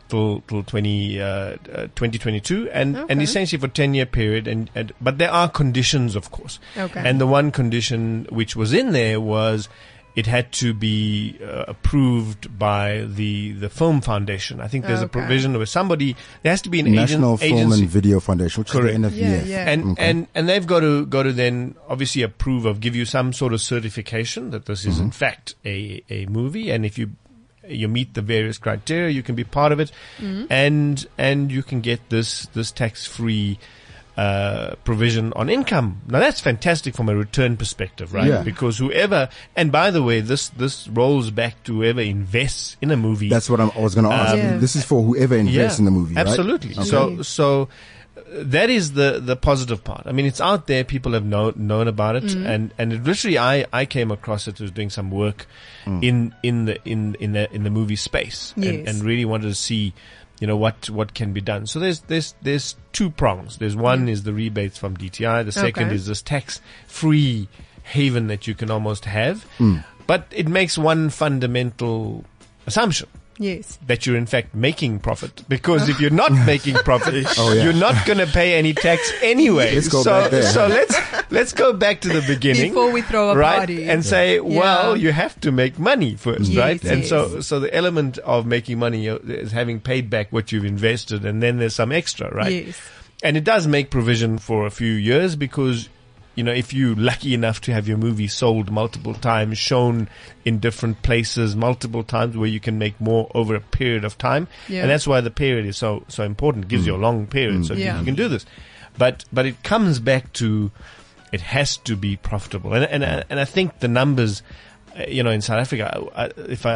till till 20 uh, uh, 2022 and and Okay. essentially for 10 year period and, and but there are conditions of course Okay. and the one condition which was in there was it had to be uh, approved by the the film foundation i think there's Okay. a provision where somebody there has to be an National agent, Film agency and Video Foundation, which Correct. is the NFVF. And Okay. and and they've got to got to then obviously approve of give you some sort of certification that this Mm-hmm. is in fact a a movie, and if you you meet the various criteria, you can be part of it, Mhm. and and you can get this this tax free. Uh, provision on income. Now that's fantastic from a return perspective, right? Yeah. Because whoever, and by the way, this, this rolls back to whoever invests in a movie. That's what I'm, I was going to ask. Um, Yeah. This is for whoever invests Yeah, in the movie, right? Absolutely. Okay. So so uh, that is the the positive part. I mean, it's out there. People have known known about it, Mhm. and and it literally, I I came across it was doing some work Mm. in in the in in the in the movie space, Yes. and, and really wanted to see. You know what what can be done. So there's there's there's two prongs. There's one is the rebates from DTI. The second Okay. is this tax free haven that you can almost have. Mm. But it makes one fundamental assumption Yes. that you're in fact making profit because if you're not making profit Oh, yeah. you're not going to pay any tax anyway Let's go so back there. so let's let's go back to the beginning Before we throw a right party. and say Yeah. well you have to make money first Yes, right and so yes. so the element of making money uh, is having paid back what you've invested and then there's some extra right Yes. and it does make provision for a few years because you know if you're lucky enough to have your movie sold multiple times shown in different places multiple times where you can make more over a period of time Yeah. and that's why the period is so so important it gives you a long period so Yeah. you can do this but but it comes back to it has to be profitable and and and I think the numbers uh, you know, in South Africa, I- I- if I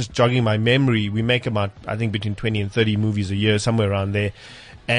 just jogging my memory, we make about I think between twenty and thirty movies a year, somewhere around there,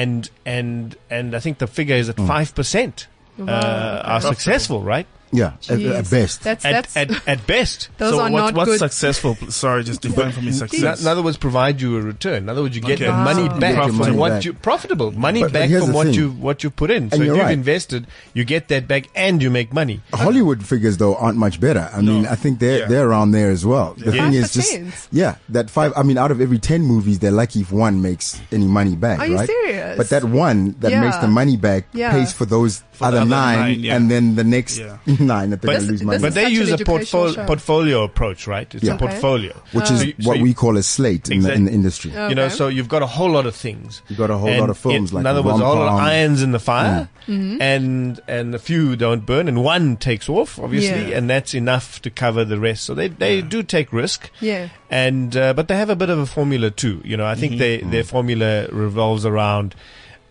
and and and I think the figure is at five percent uh, Wow, okay. are successful, right? Yeah, at- at Jeez. best. That's- at, that's- at, at best. Those So are what- not what's good- successful? Sorry, just define for me success. In other words, provide you a return. In other words, you get Okay. Ah. the money Wow. back Profitable. from what Back. you profitable money But- but back here's from the what thing. you what you put in. And so if you're you've right. invested, you get that back, and you make money. Hollywood figures though aren't much better. I mean, I think they're they're around there as well. The Yeah. thing is just 5%. yeah, that five. I mean, out of every ten movies, they're lucky if one makes any money back. Are you right? serious? But that one that Yeah. makes the money back Yeah. pays for those For other, the other nine, nine, yeah. and then the next nine that they're But, going to lose money. but they such use an a educational portfolio show. portfolio approach, right? It's Yeah. a Okay. portfolio, which So is you- so what you- we call a slate in, the, in the industry. You know, so you've got a whole lot of things. You've got a whole And lot of films in, like in other words, a whole lot of rom-com. irons in the fire, Mm. Mm-hmm. Mhm. and and a few don't burn, and one takes off, obviously, Yeah. and that's enough to cover the rest. So they they do take risk. Yeah. And uh, but they have a bit of a formula too. You know, I Mm-hmm. think Mhm. they, Mm. their formula revolves around,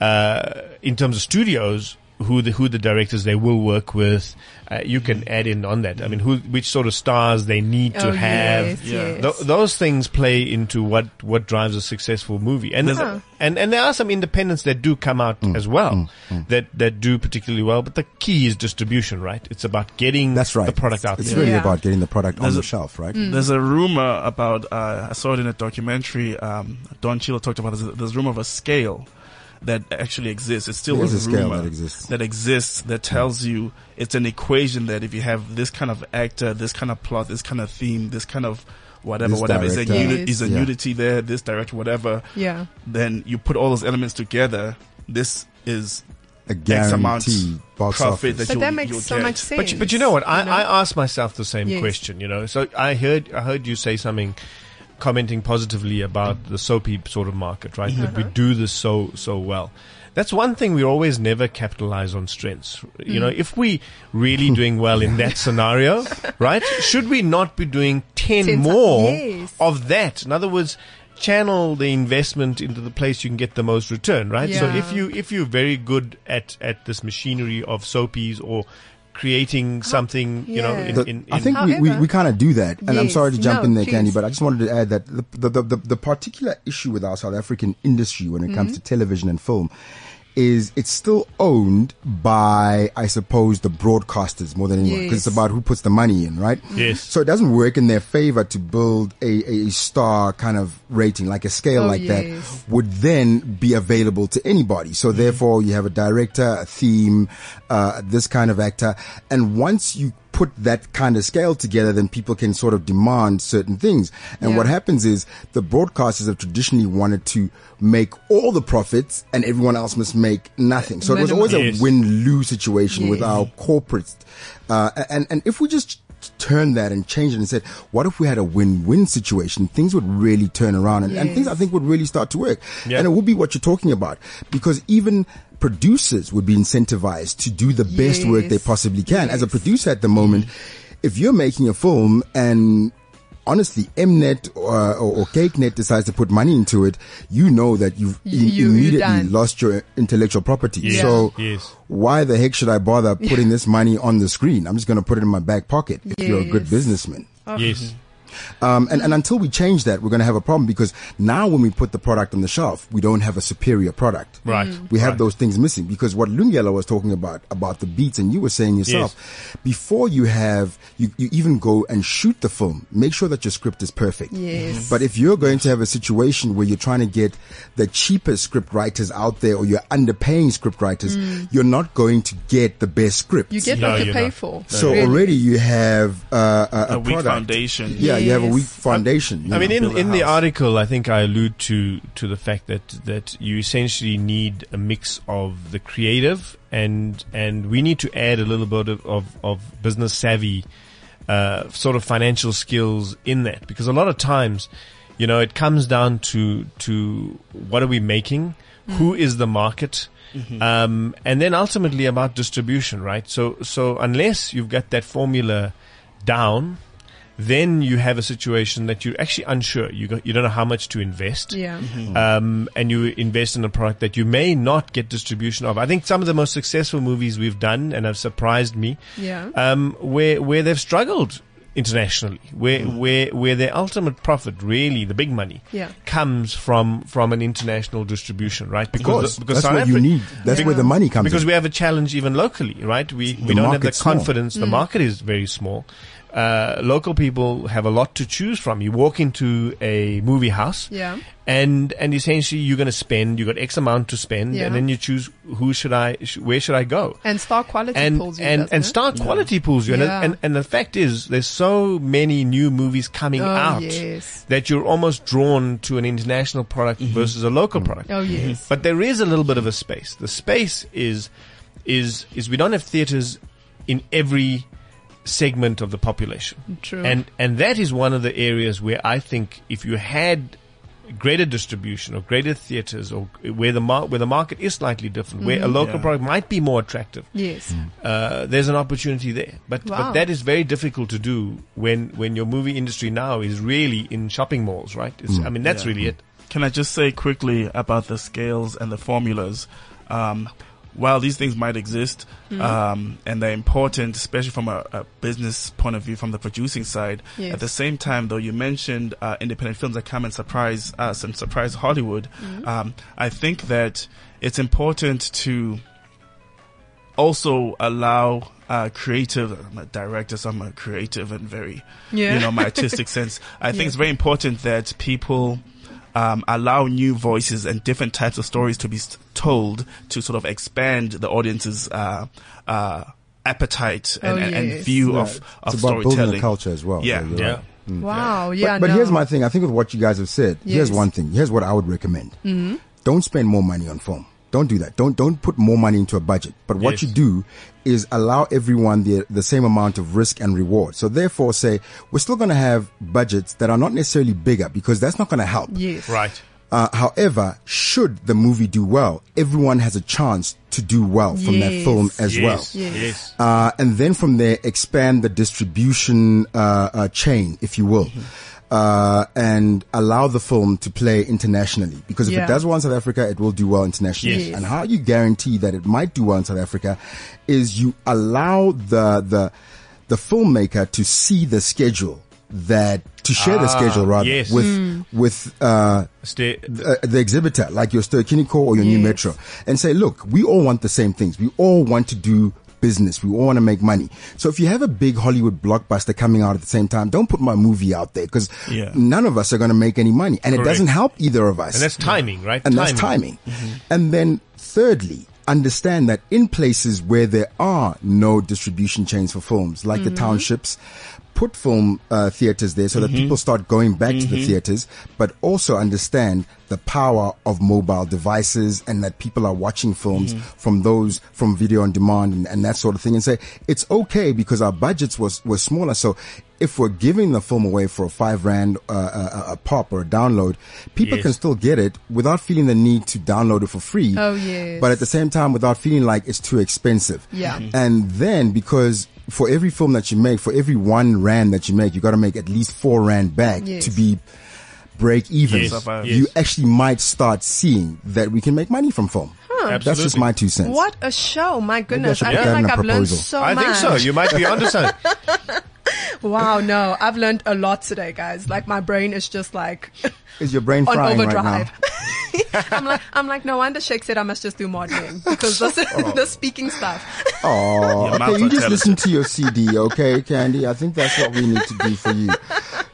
uh, in terms of studios, who the who the directors they will work with. Uh, you can Mm-hmm. add in on that. I mean, who which sort of stars they need to Oh, have. yes, Yeah. Tho- yes. those things play into what what drives a successful movie. And There's a- and and there are some independents that do come out Mm. as well that that do particularly well. But the key is distribution, right? It's about getting That's right. the product out It's there. really about getting the product on There's the a- shelf, right? Mm. There's a rumor about, uh, I saw it in a documentary, um, Don Chilo talked about this, this rumor of a scale that actually exists. It's still There a is a scale rumor that exists. that exists that tells you it's an equation that if you have this kind of actor, this kind of plot, this kind of theme, this kind of whatever, This whatever is a director. unit is a Yes. Yeah. unity there, this director, whatever. Yeah. Then you put all those elements together. This is A X amount guaranteed box profit office. that But you'll, that makes you'll so get. much sense. But you, but you know what? I, you know? I asked myself the same Yes. question. You know, so I heard I heard you say something, commenting positively about the soapy sort of market, right? That Uh-huh. we do this so so well. That's one thing we always never capitalize on strengths. Mm. You know, if we really doing well in that scenario, right? Should we not be doing ten, Ten ti- more yes. of that? In other words. Channel the investment into the place you can get the most return, right? So Yeah. if you if you're very good at at this machinery of soapies or creating something, you know, in, yeah. The- in, in I think we, we, However- we kind of do that. And I'm Yes. sorry to jump No, in there, Candy, please. but I just wanted to add that the, the, the, the, the particular issue with our South African industry when it comes Mm-hmm. to television and film is it's still owned by, I suppose, the broadcasters more than anyone because it's Yes. about who puts the money in, right? Mm-hmm. Yes. So it doesn't work in their favor to build a, a star kind of rating, like a scale Oh, like yes. that would then be available to anybody. Mm-hmm. So therefore, you have a director, a theme, uh, this kind of actor, and once you put that kind of scale together, then people can sort of demand certain things. And Yeah. what happens is the broadcasters have traditionally wanted to make all the profits, and everyone else must make nothing. So it was Minimum. always Yes. a win-lose situation with Yes. our corporates, uh, and and if we just turn that and change it and said, what if we had a win-win situation? Things would really turn around, and, and things I Yes. think would really start to work. Yeah. And it would be what you're talking about because even producers would be incentivized to do the best work they Yes. possibly can. As a Yes. producer at the moment, if you're making a film and honestly mnet or, or, or cakenet decides to put money into it you know that you've You- you- you're immediately done. lost your intellectual property Yes. so Yes. why the heck should I bother putting this money on the screen? I'm just going to put it in my back pocket if you're a good Yes. businessman. Oh. yes. Um, and, and until we change that, we're going to have a problem because now when we put the product on the shelf, we don't have a superior product. Right. Mm-hmm. Mm. We have Right. those things missing because what Lungela was talking about, about the beats and you were saying yourself, before you have, you, you even go and shoot the film, make sure that your script is perfect. Yes. But if you're going to have a situation where you're trying to get the cheapest script writers out there or you're underpaying script writers, you're not going to get the best script. Mm. You get No, what you you're pay not. for. so really. already you have uh, a, a, a weak product. foundation. Yeah, you have a Yes. weak foundation. you I mean, know. in, Build a in the house. article, I think I allude to to the fact that that you essentially need a mix of the creative and and we need to add a little bit of of, of business savvy, uh, sort of financial skills in that because a lot of times, you know, it comes down to to what are we making, who is the market. Um, and then ultimately about distribution, right? So, so unless you've got that formula down, then you have a situation that you're actually unsure. You go, you don't know how much to invest. Yeah. Mm-hmm. Um, and you invest in a product that you may not get distribution of. I think some of the most successful movies we've done and have surprised me. Yeah. Um, where where they've struggled internationally, where Mm. where where their ultimate profit, really the big money, Yeah. comes from from an international distribution, right? Because Of course, the- because that's South what you Afri- need. That's where the money comes. because in. we have a challenge even locally, right? We we don't have the market's small. confidence. The Mm. market is very small. Uh, local people have a lot to choose from. You walk into a movie house, Yeah. and and essentially you're going to spend. You got X amount to spend, Yeah. and then you choose who should I, sh- where should I go? And star quality and pulls you. and doesn't it? and star quality pulls you, and, Yeah. and and the fact is, there's so many new movies coming Oh, out yes. that you're almost drawn to an international product Mm-hmm. versus a local Mm. product. Oh yes. Mm-hmm. But there is a little bit of a space. The space is is is we don't have theaters in every segment of the population. True. And and that is one of the areas where I think if you had greater distribution or greater theaters or where the mar- where the market is slightly different, where a local Yeah. product might be more attractive, yes. uh, there's an opportunity there. But but Wow. that is very difficult to do when when your movie industry now is really in shopping malls, right? It's, Mm. I mean that's Yeah. really it. Can I just say quickly about the scales and the formulas? Um, while these things might exist um, and they're important, especially from a, a business point of view, from the producing side, Yes. at the same time, though, you mentioned uh, independent films that come and surprise us and surprise Hollywood. Um, I think that it's important to also allow uh, creative. I'm a director, so I'm a creative and very, Yeah. you know, my artistic sense. I think it's very important that people um, allow new voices and different types of stories to be s- told to sort of expand the audience's uh, uh, appetite and, Oh, and, and yes. view Yeah. of, of it's about storytelling. building a culture as well. Yeah, you're right. Mm. Wow, yeah, But, but no. here's my thing. I think with what you guys have said, here's Yes. one thing. Here's what I would recommend. Mm-hmm. Don't spend more money on film. Don't do that. Don't don't put more money into a budget. But what Yes. you do is allow everyone the the same amount of risk and reward. So therefore, say we're still going to have budgets that are not necessarily bigger because that's not going to help. Yes. Right. Uh, however, should the movie do well, everyone has a chance to do well from that Yes. film as Yes. well. Yes. Yes. Uh, and then from there, expand the distribution uh, uh, chain, if you will. Mm-hmm. Uh, and allow the film to play internationally because if Yeah. it does well in South Africa, it will do well internationally. Yes. And how you guarantee that it might do well in South Africa is you allow the the the filmmaker to see the schedule that to share the Ah, schedule rather yes. with Mm. with uh, the, the exhibitor, like your Sterkinico or your New Metro, and say, look, we all want the same things. We all want to do business. We all want to make money. So if you have a big Hollywood blockbuster coming out at the same time, don't put my movie out there because Yeah. none of us are going to make any money, and Correct. it doesn't help either of us. And that's timing, right? And that's timing. And then thirdly, understand that in places where there are no distribution chains for films, like Mhm. the townships, put film uh, theaters there so that Mhm. people start going back to the Mhm. theaters, but also understand the power of mobile devices and that people are watching films Mhm. from those, from video on demand and, and that sort of thing and say, it's okay because our budgets was, were smaller. So if we're giving the film away for a five rand, uh, uh, a pop or a download, people Yes. can still get it without feeling the need to download it for free. Oh, yes. But at the same time, without feeling like it's too expensive. Mm-hmm. Yeah. Mhm. And then because for every film that you make, for every one rand that you make, you got to make at least four rand back Yes. to be break even. Yes, Survive. You actually might start seeing that we can make money from film. Huh. That's just my two cents. What a show! My goodness, should I put feel that in like a I've learned proposal. so I much. think so. You might be onto something. Wow, no, I've learned a lot today, guys. Like my brain is just like Is your brain on frying right overdrive. now? I'm like, I'm like, no wonder Shake said I must just do modeling because this, this speaking stuff. Oh, Your mouth's okay. You not just talented. listen to your CD, okay, Candy? I think that's what we need to do for you.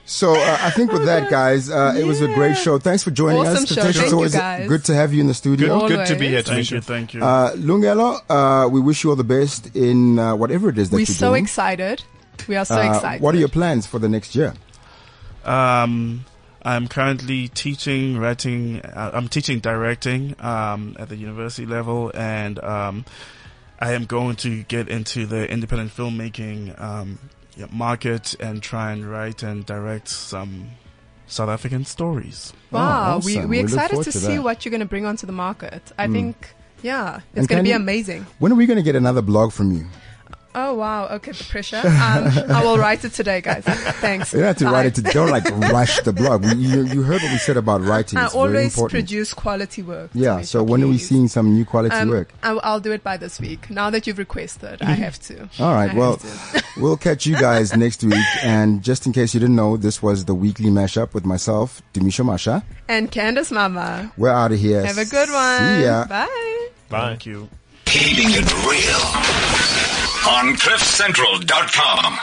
So uh, I think with Oh, that, guys, uh, it was a great show. Thanks for joining Awesome us. show. Tatisha, Thank it's you, always guys. good to have you in the studio. Good- good to be here, Thank Tatisha. you, thank you. Uh, Lungelo, uh, we wish you all the best in uh, whatever it is that We're you're so doing. excited. We are so Uh, excited. What are your plans for the next year? Um, I'm currently teaching, writing. Uh, I'm teaching directing um, at the university level, and um, I am going to get into the independent filmmaking um, yeah, market and try and write and direct some South African stories. Wow, Oh, we, we're excited to, see what you're going to bring onto the market. I Mm. think, yeah, it's And going to be Candy, amazing. When are we going to get another blog from you? Oh, wow. Okay, the pressure. Um, I will write it today, guys. Thanks. You don't have to write Bye. it. To, don't like rush the blog. We, you, you heard what we said about writing. I It's very always important. produce quality work. Yeah. So when are we seeing some new quality Um, work? I, I'll do it by this week. Now that you've requested, I have to. All right. Well, we'll catch you guys next week. And just in case you didn't know, this was the weekly mashup with myself, Dumisha Masha. And Candace Mama. We're out of here. Have a good one. See ya. Bye. Bye. Thank you. Keeping it real on CliffCentral.com.